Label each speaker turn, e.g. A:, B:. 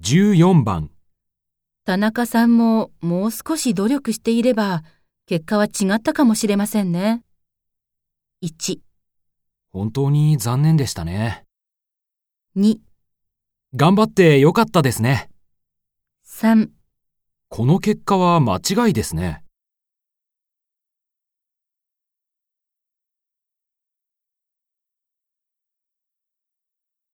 A: 14番、
B: 田中さんももう少し努力していれば、結果は違ったかもしれませんね。1、
A: 本当に残念でしたね。
B: 2、
A: 頑張ってよかったですね。
B: 3。
A: この結果は間違いですね。